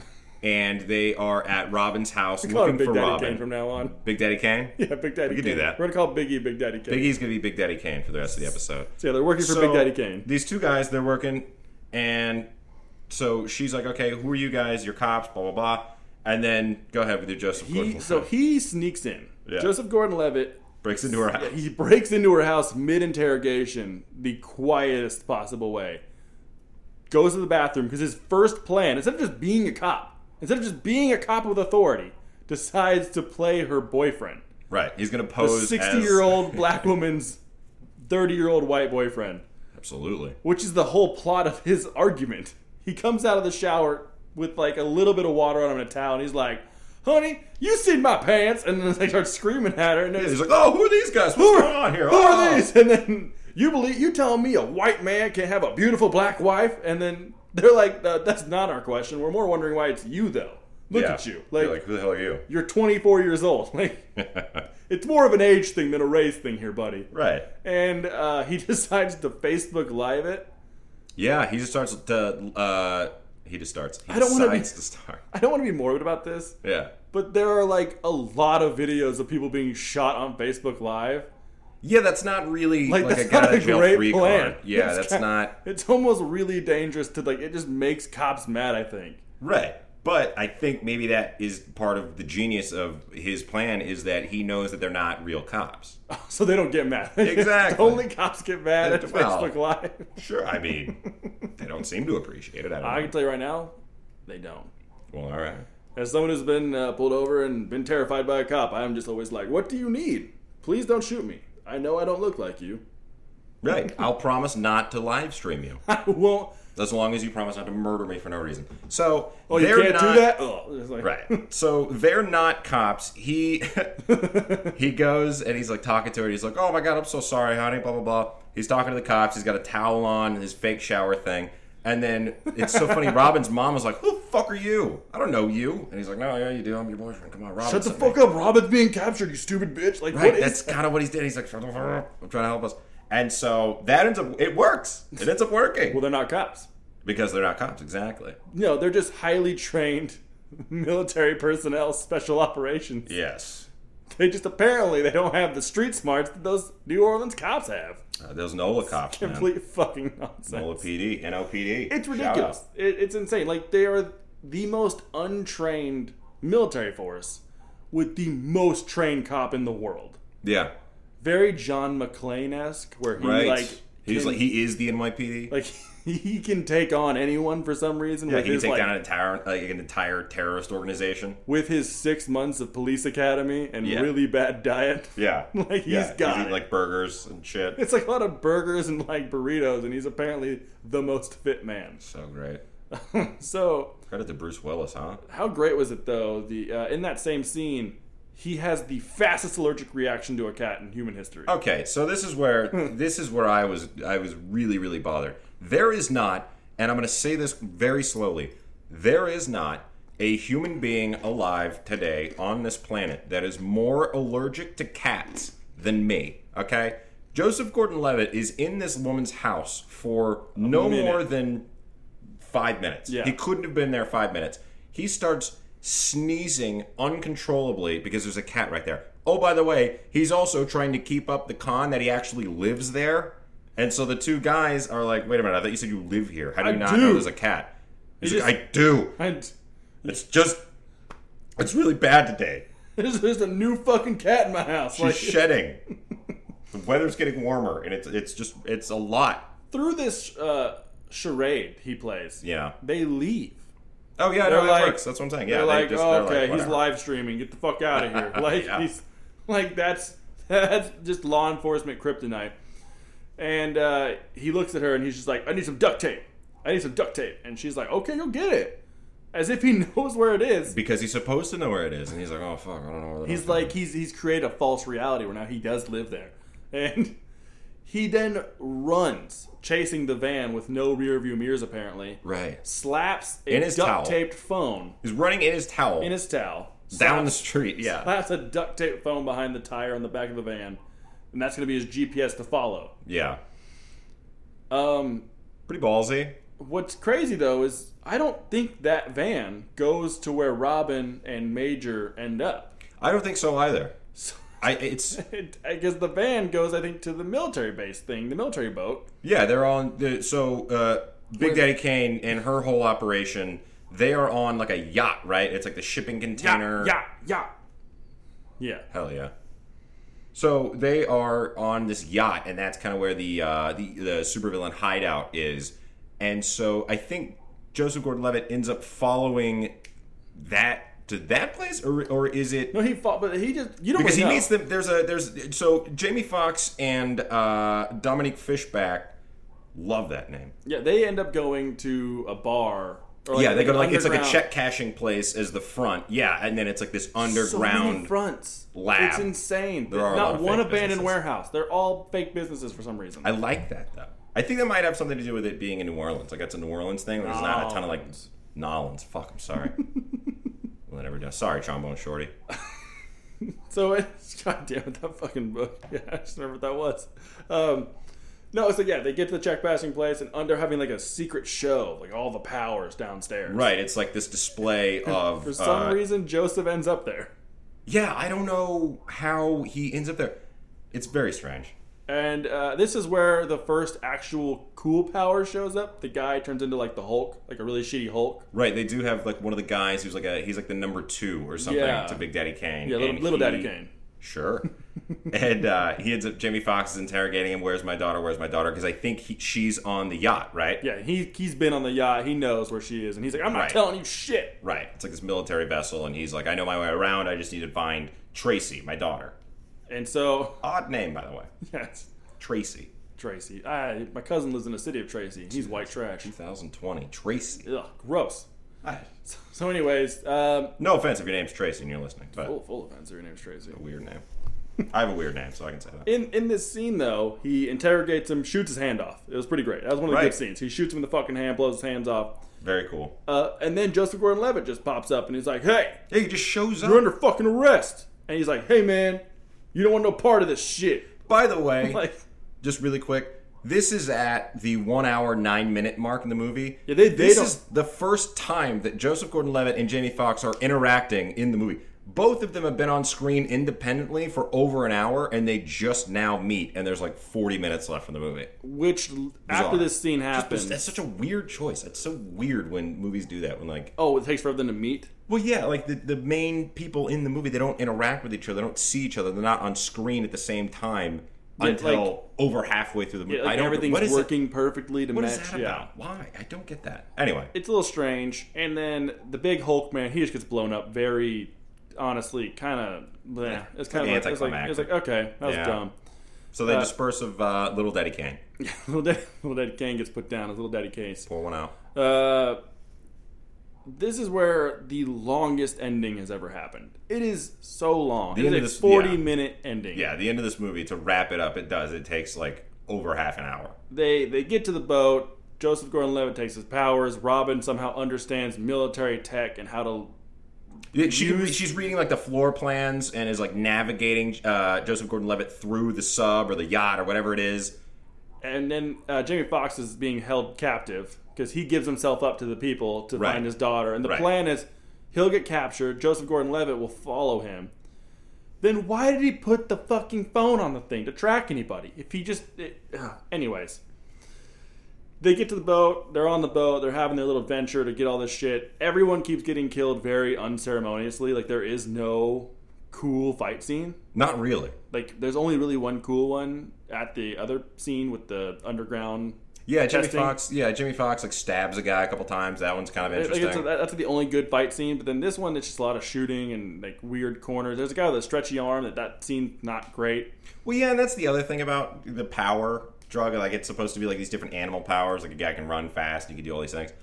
and they are at Robin's house Call him looking Big for Daddy Robin. Kane from now on. Big Daddy Kane. Yeah, Big Daddy We could Kane. do that. We're gonna call Biggie Big Daddy Kane. Biggie's gonna be Big Daddy Kane for the rest of the episode. So yeah, they're working for Big So, Daddy Kane. These two guys, they're working, and so she's like, "Okay, who are you guys? You're cops, blah blah blah." And then go ahead with your Joseph. He, Gordon-Levitt. so he sneaks in. Yeah. Joseph Gordon-Levitt. breaks into her house. yeah, He breaks into her house mid-interrogation, the quietest possible way. Goes to the bathroom because his first plan, instead of just being a cop, instead of just being a cop with authority, decides to play her boyfriend, right, he's gonna a pose as- sixty-year-old black woman's thirty-year-old white boyfriend. Absolutely. which is the whole plot of his argument. He comes out of the shower with like a little bit of water on him and a towel, and he's like, "Honey, you seen my pants?" And then they start screaming at her, and He's then, like, "Oh, who are these guys? What's "Who are, going on here? Who Oh." are these?" And then you believe you telling me a white man can have a beautiful black wife? And then they're like, "Uh, "That's not our question. We're more wondering why it's you though. Look Yeah. at you, You're like, like, who the hell are you? you're 24 years old. Like, it's more of an age thing than a race thing here, buddy." Right. And uh, he decides to Facebook Live it. Yeah, he just starts to. Uh, he just starts. He I don't wanna be- decides to start. I don't want to be morbid about this, Yeah. but there are like a lot of videos of people being shot on Facebook Live. Yeah, that's not really Like, like, that's a got not out a of jail great free plan. card. Yeah, It's that's got- not It's almost really dangerous to like. It just makes cops mad. I think. Right. But I think maybe that is part of the genius of his plan is that he knows that they're not real cops. So they don't get mad. Exactly. Only cops get mad at Well. Facebook Live. Sure. I mean, they don't seem to appreciate it. I don't I can know. tell you right now, they don't. Well, all right. As someone who's been uh, pulled over and been terrified by a cop, I'm just always like, "What do you need? Please don't shoot me. I know I don't look like you. Right. I'll promise not to live stream you. I won't. As long as you promise not to murder me for no reason. So Oh, you they're can't not- do that. Oh, it's like, Right. So they're not cops. He he goes and he's like talking to her. He's like, "Oh my god, I'm so sorry, honey." Blah blah blah. He's talking to the cops. He's got a towel on and his fake shower thing. And then it's so funny. Robin's mom was like, "Who the fuck are you? I don't know you." And he's like, "No, yeah, you do. I'm your boyfriend. Come on, Robin." Shut the sent me." fuck up, Robin's being captured, you stupid bitch. Like, Right. what is That's kind of what he's doing. He's like, "Shut the fuck up. "I'm trying to help us." And so that ends up it works. It ends up working Well, they're not cops. because they're not cops. Exactly. No, they're just highly trained military personnel, special operations. Yes. They just apparently they don't have the street smarts that those New Orleans cops have. Uh, those NOLA cops. man. Complete fucking nonsense. NOLA PD. NOPD. It's Shout ridiculous. out. It, it's insane. Like they are the most untrained military force with the most trained cop in the world. Yeah. Very John McClane esque, where he Right. like He's can- like he is the NYPD. like he can take on anyone for some reason. yeah, with he can his, take like, down an entire like an entire terrorist organization. with his six months of police academy and Yeah. really bad diet. Yeah, Like, he's he's got it. like burgers and shit. It's like a lot of burgers and like burritos, and he's apparently the most fit man. so great. So, Credit to Bruce Willis, huh? how great was it though? The uh, in that same scene, he has the fastest allergic reaction to a cat in human history. Okay, so this is where this is where I was I was really really bothered. There is not, and I'm going to say this very slowly. There is not a human being alive today on this planet that is more allergic to cats than me. Okay, Joseph Gordon-Levitt is in this woman's house for no minute. more than five minutes. Yeah. He couldn't have been there five minutes. He starts sneezing uncontrollably because there's a cat right there. Oh, by the way, he's also trying to keep up the con that he actually lives there. And so the two guys are like, wait a minute, I thought you said you live here. How do you I not do." know there's a cat? He's He just- like, I do. And It's just, it's really bad today. there's, there's a new fucking cat in my house. She's like shedding. the weather's getting warmer, and it's it's just it's a lot. through this uh, charade he plays, Yeah. they leave. Oh yeah, They're no, that like- works. That's what I'm saying. they're Yeah, they like, just- "Oh, they're okay, he's whatever." live streaming. Get the fuck out of here. Like Yeah. he's like that's that's just law enforcement kryptonite. And uh, he looks at her and he's just like, I need some duct tape. I need some duct tape. And she's like, Okay, go get it. As if he knows where it is. because he's supposed to know where it is, and he's like, "Oh fuck, I don't know where." the He's fuck it like he's he's created a false reality where now he does live there. And he then runs, chasing the van with no rear view mirrors apparently. is." right. Slaps a In his towel. duct taped phone He's running in his towel in his towel. down slaps the street. Yeah, That's a duct tape phone behind the tire on the back of the van, and that's going to be his GPS to follow. yeah, Um, pretty ballsy. what's crazy though is I don't think that van goes to where Robin and Major end up. I don't think so either. I it's It, I guess the van goes, I think, to the military base thing, the military boat. yeah, they're on. The, so uh, Big Daddy Kane and her whole operation, they are on like a yacht, right? It's like the shipping container. yeah, yeah, yeah. Hell yeah. So they are on this yacht, and that's kind of where the uh, the, the supervillain hideout is. And so I think Joseph Gordon-Levitt ends up following that to that place, or or is it No, he fought, but he just you don't because he really know. meets them? There's a there's so Jamie Fox and uh, Dominic Fishback love that name. Yeah, they end up going to a bar. or, yeah, they go to like it's like a underground- check cashing place as the front. Yeah, and then it's like this so many underground. fronts. lab. It's insane. There are a lot Not of one fake abandoned businesses. warehouse. They're all fake businesses for some reason. I like that though. I think that might have something to do with it being in New Orleans. Like that's a New Orleans thing. There's not a ton of like Nolans. Fuck, I'm sorry. well, I never does. Sorry, trombone shorty. so it's god damn it, that fucking book. Yeah, I just remember what that was. Um, no, so yeah, they get to the check passing place and under having like a secret show, of, like all the powers downstairs. Right, it's like this display of For some uh, reason, Joseph ends up there, Yeah, I don't know how he ends up there. It's very strange. and uh, this is where the first actual cool power shows up. The guy turns into like the Hulk, like a really shitty Hulk. Right, they do have like one of the guys who's like a he's like the number two or something Yeah. to Big Daddy Kane. Yeah, little, and little he- Daddy Kane. Sure. and uh, he ends up Jamie Fox is interrogating him. Where's my daughter? Where's my daughter? Because I think he, she's on the yacht, right? Yeah, he he's been on the yacht. He knows where she is, and he's like, "I'm not Right. telling you shit." Right. It's like this military vessel, and he's like, I know my way around. I just need to find Tracy, my daughter. And so, Odd name, by the way. yes, Tracy. Tracy. I, my cousin lives in the city of Tracy. He's white trash. 2020. Tracy. Ugh, gross. Ah. So, anyways, um, No offense if your name's Tracy and you're listening, but full, full offense. Her name's Tracy. a weird name. I have a weird name, so I can say that. In in this scene though, he interrogates him, shoots his hand off. It was pretty great. That was one of the Right. good scenes. He shoots him in the fucking hand, blows his hands off, Very cool. uh, and then Joseph Gordon-Levitt just pops up and he's like, "Hey, Yeah, he just shows up. you're under fucking arrest." And he's like, "Hey, man, you don't want no part of this shit." By the way, Like, just really quick, this is at the one hour, nine minute mark in the movie. Yeah, they- they this don't- is the first time that Joseph Gordon Levitt and Jamie Foxx are interacting in the movie. Both of them have been on screen independently for over an hour, and they just now meet, and there's like 40 minutes left in the movie. which l- after Bizarre. this scene happens, Just- That's such a weird choice. That's so weird when movies do that. When, like, oh, it takes forever for them to meet. well, yeah, like the, the main people in the movie, they don't interact with each other, they don't see each other, they're not on screen at the same time Yeah, until like- over halfway through the movie. Yeah, like I don't everything's what is it? working perfectly to What match. is that yeah. about? Why? I don't get that. Anyway, It's a little strange. And then the big Hulk man, he just gets blown up very honestly, kind of. It's kind of like, it's like, it's like, okay, that was Yeah. dumb. so they uh, disperse of uh, Little Daddy Kane. little, daddy, little Daddy Kane gets put down as Little Daddy Case. Pour one out. Uh, this is where the longest ending has ever happened. It is so long. The It is end a of this- 40 yeah. minute ending. Yeah, the end of this movie to wrap it up. It does. It takes like over half an hour. They, they get to the boat. Joseph Gordon Levitt takes his powers. Robin somehow understands military tech and how to Yeah, She can, re- she's reading like the floor plans and is like navigating uh, Joseph Gordon-Levitt through the sub or the yacht or whatever it is. and then uh, Jamie Foxx is being held captive because he gives himself up to the people to Right. find his daughter. And the Right. plan is he'll get captured. Joseph Gordon-Levitt will follow him. Then why did he put the fucking phone on the thing to track anybody? If he just, it, ugh. anyways, they get to the boat. They're on the boat. They're having their little venture to get all this shit. Everyone keeps getting killed very unceremoniously. Like there is no cool fight scene Not really. like there's only really one cool one at the other scene with the underground Yeah, Jimmy Testing. Fox. Yeah, Jimmy Fox like stabs a guy a couple times. That one's kind of Like, interesting. it's- that's the only good fight scene. But then this one, it's just a lot of shooting and like weird corners. There's a guy with a stretchy arm. That that scene's not great. Well, yeah, and that's the other thing about the power drug. Like, it's supposed to be like these different animal powers. Like, a guy can run fast, you can do all these things.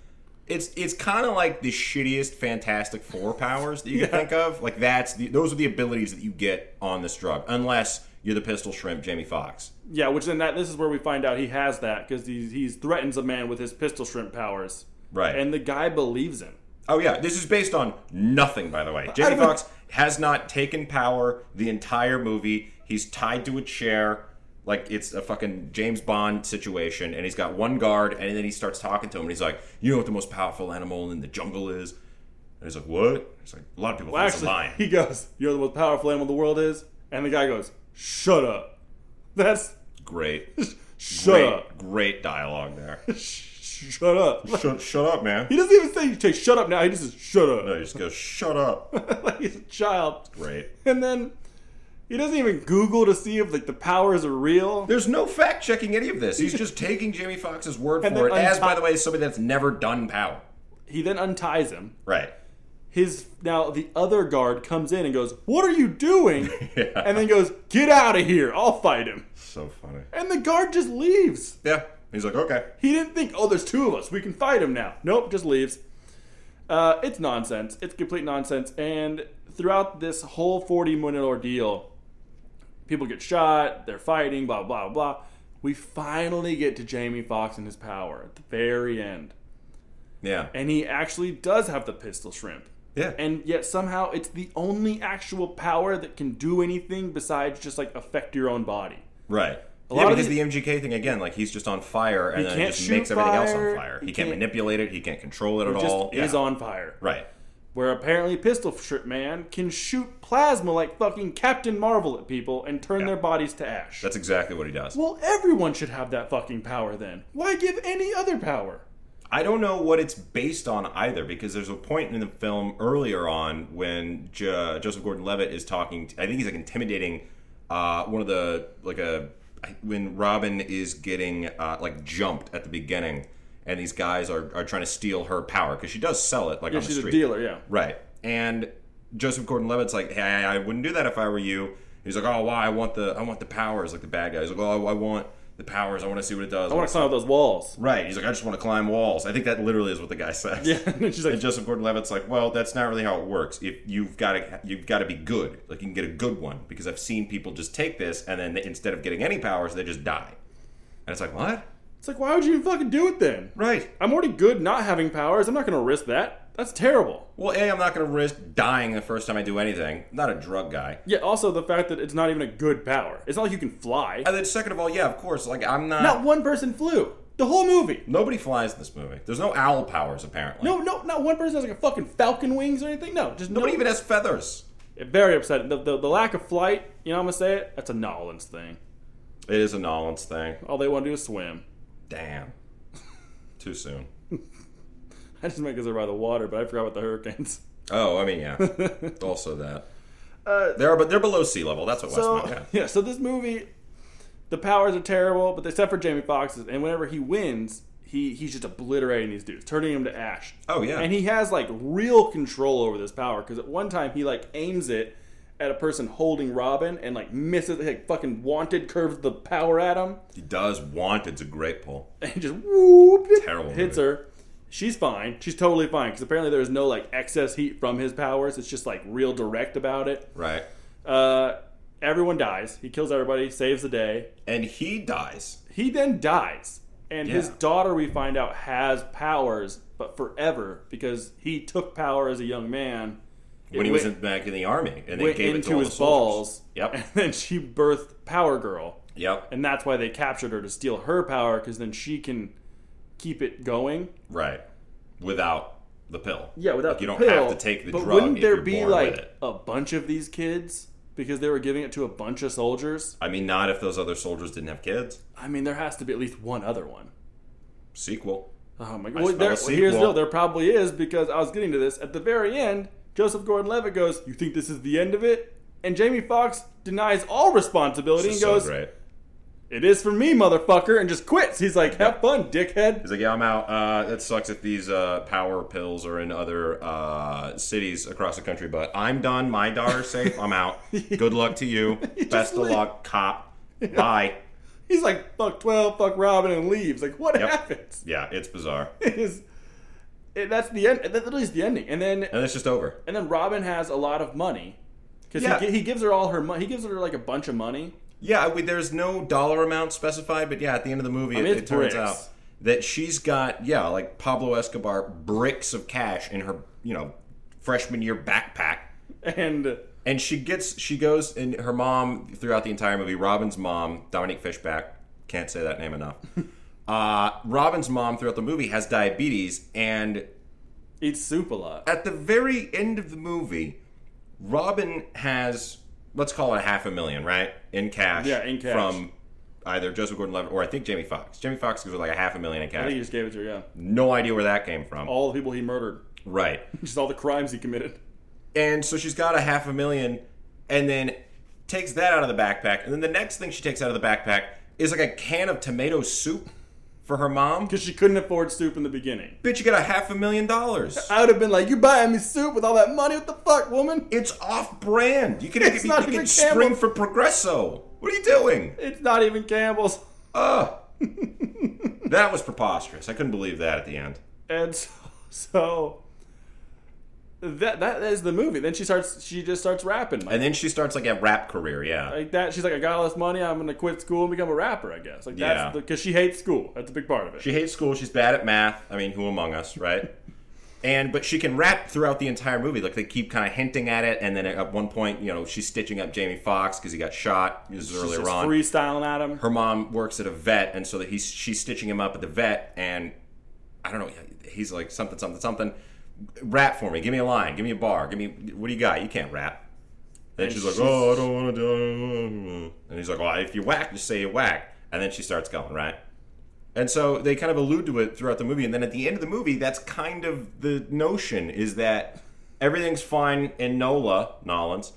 It's it's kind of like the shittiest Fantastic Four powers that you can think of. Like, that's the, those are the abilities that you get on this drug, unless you're the Pistol Shrimp, Jamie Fox. Yeah, which then that this is where we find out he has that because he he's threatens a man with his pistol shrimp powers. Right. And the guy believes him. Oh yeah, this is based on nothing, by the way. Jamie Fox has not taken power the entire movie. He's tied to a chair, like it's a fucking James Bond situation, and he's got one guard, and then he starts talking to him, and he's like, "You know what the most powerful animal in the jungle is?" And he's like, "What?" He's like, "A lot of people Well, think it's a actually, lion." he goes, "You know the most powerful animal the world is," and the guy goes, "Shut up." That's Great, shut great, up. great dialogue there. Shut up. shut, shut up, man. He doesn't even say you take shut up now. He just says shut No, up. he just goes, "Shut up." like he's a child. Great. And then he doesn't even Google to see if like the powers are real. There's no fact checking any of this. He's just taking Jamie Fox's word And for it, then as unti- by the way, somebody that's never done power. He then unties him. Right. His now the other guard comes in and goes, "What are you doing?" And then goes, "Get out of here! I'll fight him." So funny. And the guard just leaves. Yeah. He's like, okay. He didn't think, "Oh, there's two of us. We can fight him now." Nope, just leaves. Uh, it's nonsense. It's complete nonsense. And throughout this whole 40 minute ordeal, people get shot. They're fighting. Blah blah blah. We finally get to Jamie Foxx and his power at the very end. Yeah. and he actually does have the pistol shrimp. Yeah. And yet somehow it's the only actual power that can do anything besides just like affect your own body. right. lot Yeah, of because the- the MGK thing again, like he's just on fire, He and then it can't just shoot makes everything else fire, on fire. he He can't can't- manipulate it. He can't control it It at just all. Yeah. is on fire. Right. Where apparently Pistol Shrimp Man can shoot plasma like fucking Captain Marvel at people and turn Yeah. their bodies to ash. That's exactly what he does. well, everyone should have that fucking power then. Why give any other power? I don't know what it's based on either, because there's a point in the film earlier on when jo- Joseph Gordon-Levitt is talking. I think he's like intimidating uh, one of the like a when Robin is getting uh, like jumped at the beginning, and these guys are, are trying to steal her power because she does sell it like Yeah, on she's the a street. dealer, yeah. Right. And Joseph Gordon-Levitt's like, "Hey, I wouldn't do that if I were you." He's like, "Oh, why? I want the I want the powers, like the bad guys. Like, oh, I want the powers. I want to see what it does. I want to climb up those walls. Right. He's like, I just want to climb walls. I think that literally is what the guy says. Yeah, and she's like- and Joseph Gordon-Levitt's like, well, that's not really how it works. If you've got to, you've got to be good. Like you can get a good one because I've seen people just take this and then they, instead of getting any powers, they just die. And it's like, what? It's like, why would you even fucking do it then? Right. I'm already good not having powers. I'm not going to risk that. That's terrible. Well, a, I'm not going to risk dying the first time I do anything. I'm not a drug guy. Yeah, also the fact that it's not even a good power. It's not like you can fly. And then second of all, yeah, of course. Like I'm not. Not one person flew. The whole movie. Nobody flies in this movie. There's no owl powers apparently. No, no, not one person has like a fucking falcon wings or anything. No, just Nobody no. even has feathers. Very upsetting. The, the, the lack of flight, you know I'm going to say it? That's a Nolans thing. It is a Nolans thing. All they want to do is swim. Damn. Too soon. I just meant because they're by the water, but I forgot about the hurricanes. Oh, I mean, yeah. also that. they're but they're below sea level. That's what West Uh, So, meant. Yeah. yeah, so this movie, the powers are terrible, but except for Jamie Foxx's. And whenever he wins, he, he's just obliterating these dudes, turning them to ash. Oh yeah. And he has like real control over this power because at one time he like aims it at a person holding Robin and like misses it, like fucking wanted curves the power at him he does want. It's a great pull. and just whoop it Terrible hits movie. her. She's fine. She's totally fine because apparently there is no like excess heat from his powers. It's just like real direct about it. Right. Uh, everyone dies. He kills everybody, saves the day. And he dies. He then dies. And his Yeah. daughter, we find out, has powers, but forever because he took power as a young man. When he went- was in, back in the army, and they went gave it to into all his the soldiers. balls. And Yep, then she birthed Power Girl. yep, And that's why they captured her to steal her power because then she can keep it going. right. Without the pill, Yeah, without Like, you the don't pill, have to take the but drug. Wouldn't if there you're be born like with it. a bunch of these kids because they were giving it to a bunch of soldiers? I mean, not if those other soldiers didn't have kids. I mean, there has to be at least one other one. Sequel. Oh my god! Well, smell there, a well, here's the sequel. deal. There probably is because I was getting to this at the very end. Joseph Gordon-Levitt goes, "You think this is the end of it?" And Jamie Foxx denies all responsibility This is and goes, so great. it is for me, motherfucker, and just quits. He's like, have fun, dickhead. He's like, yeah, I'm out. Uh, that sucks if these uh, power pills are in other uh, cities across the country, but I'm done. My daughter's safe. I'm out. Good luck to you. Best of leaves. luck, cop. Bye. He's like, fuck 12, fuck Robin, and leaves. Like, what Yep. happens? Yeah, it's bizarre. It is, it, that's the end. That literally is the ending. And then And it's just over. and then Robin has a lot of money because Yeah. he, gi- he gives her all her money. He gives her like a bunch of money. Yeah, we, there's no dollar amount specified, but yeah, at the end of the movie, mean, it, it it's turns bricks. out that she's got yeah, like Pablo Escobar bricks of cash in her you know freshman year backpack, And and she gets she goes and her mom throughout the entire movie, Robin's mom, Dominique Fishback, can't say that name enough. Uh, Robin's mom throughout the movie has diabetes, and eats soup a lot. at the very end of the movie, Robin has let's call it a half a million, right, in cash. Yeah, in cash. from either Joseph Gordon-Levitt or I think Jamie Foxx. Jamie Foxx gives her like a half a million in I think Oh. he cash. just gave it to her, yeah. No idea where that came from. All the people he murdered, Right, just all the crimes he committed. and so she's got a half a million, and then takes that out of the backpack, and then the next thing she takes out of the backpack is like a can of tomato soup for her mom. Because she couldn't afford soup in the beginning. Bitch, you got a half a million dollars. I would have been like, you're buying me soup with all that money? What the fuck, woman? It's off brand. You can It's you not can even spring Campbell. for Progresso. What are you doing? It's not even Campbell's. Ugh. that was preposterous. I couldn't believe that at the end. And so, so that that is the movie. Then she starts, she just starts rapping. Like, And then she starts like a rap career, yeah. like that, she's like, I got all this money. I'm gonna quit school and become a rapper, I guess. Like Yeah. that's because she hates school. That's a big part of it. She hates school, she's bad at math. I mean, who among us, right? and but she can rap throughout the entire movie. Like they keep kind of hinting at it and then at one point, you know, she's stitching up Jamie Foxx cuz he got shot. This is She's earlier just on. freestyling at him. her mom works at a vet, and so that he's she's stitching him up at the vet, and I don't know, he's like something, something, something. Rap for me. Give me a line. Give me a bar. Give me what do you got? You can't rap. Then she's like, she's- oh, I don't want to do. And he's like, well, if you whack, just say you whack. And then she starts going right. And so they kind of allude to it throughout the movie, and then at the end of the movie, that's kind of the notion is that everything's fine in Nola Nolans,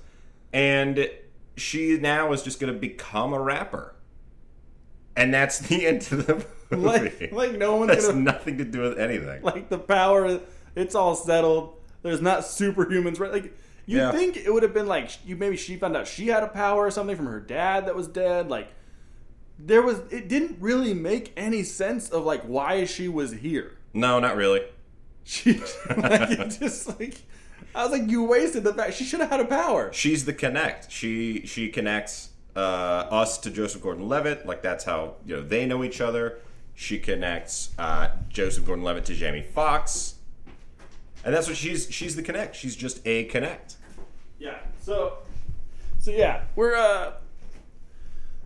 and she now is just going to become a rapper, and that's the end of the movie. Like, like no one's that's gonna nothing to do with anything. like the power it's all settled there's not superhumans right like you Yeah. think it would have been like you maybe she found out she had a power or something from her dad that was dead like there was it didn't really make any sense of like why she was here no, not really. she like it just like i was like you wasted the fact she should have had a power She's the connect. She she connects uh, us to Joseph Gordon-Levitt. Like that's how you know they know each other. She connects uh, Joseph Gordon-Levitt to Jamie Foxx. And that's what she's she's the connect. She's just a connect. yeah so so yeah we're uh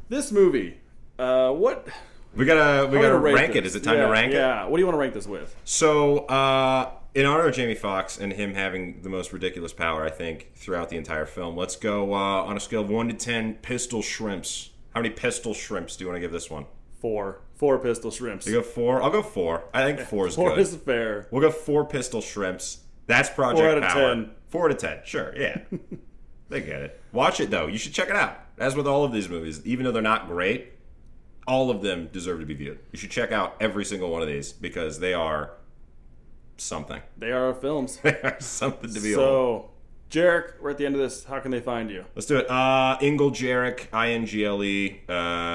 this movie uh what We gotta we I'm gotta gonna rank it. this. Is it time Yeah, to rank it? yeah what do you want to rank this with So uh, in honor of Jamie Foxx and him having the most ridiculous power, I think throughout the entire film, let's go uh, on a scale of one to ten. Pistol shrimps. How many pistol shrimps do you want to give this one? four four pistol shrimps You go four. I'll go four. I think four is Four good. is fair. We'll go four pistol shrimps. That's Project Four out of Power. 10. Four out of ten. Sure, yeah. they get it. Watch it though. You should check it out. As with all of these movies, even though they're not great, all of them deserve to be viewed. You should check out every single one of these because they are something. They are our films. They are something to be on. so, Jarek, we're at the end of this. How can they find you? Let's do it. Uh, Ingle Jarek, I N G L E, uh,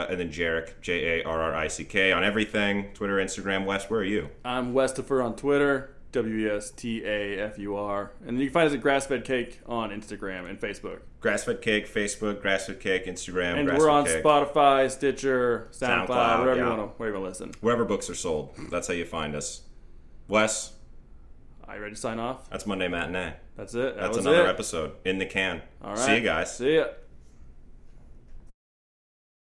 and then Jarek, J A R R I C K, on everything Twitter, Instagram. Wes, where are you? I'm Westifer on Twitter, W E S T A F U R. And you can find us at Grassfed Cake on Instagram and Facebook. Grassfed Cake, Facebook, Grassfed Cake, Instagram, And Grassfed we're on Cake. Spotify, Stitcher, SoundCloud, SoundCloud, wherever yeah. you want to wherever you want to listen. wherever books are sold. That's how you find us. Wes, Are you ready to sign off? that's Monday matinee. That's it. That That's was another it. episode in the can. All right. See you guys. See ya.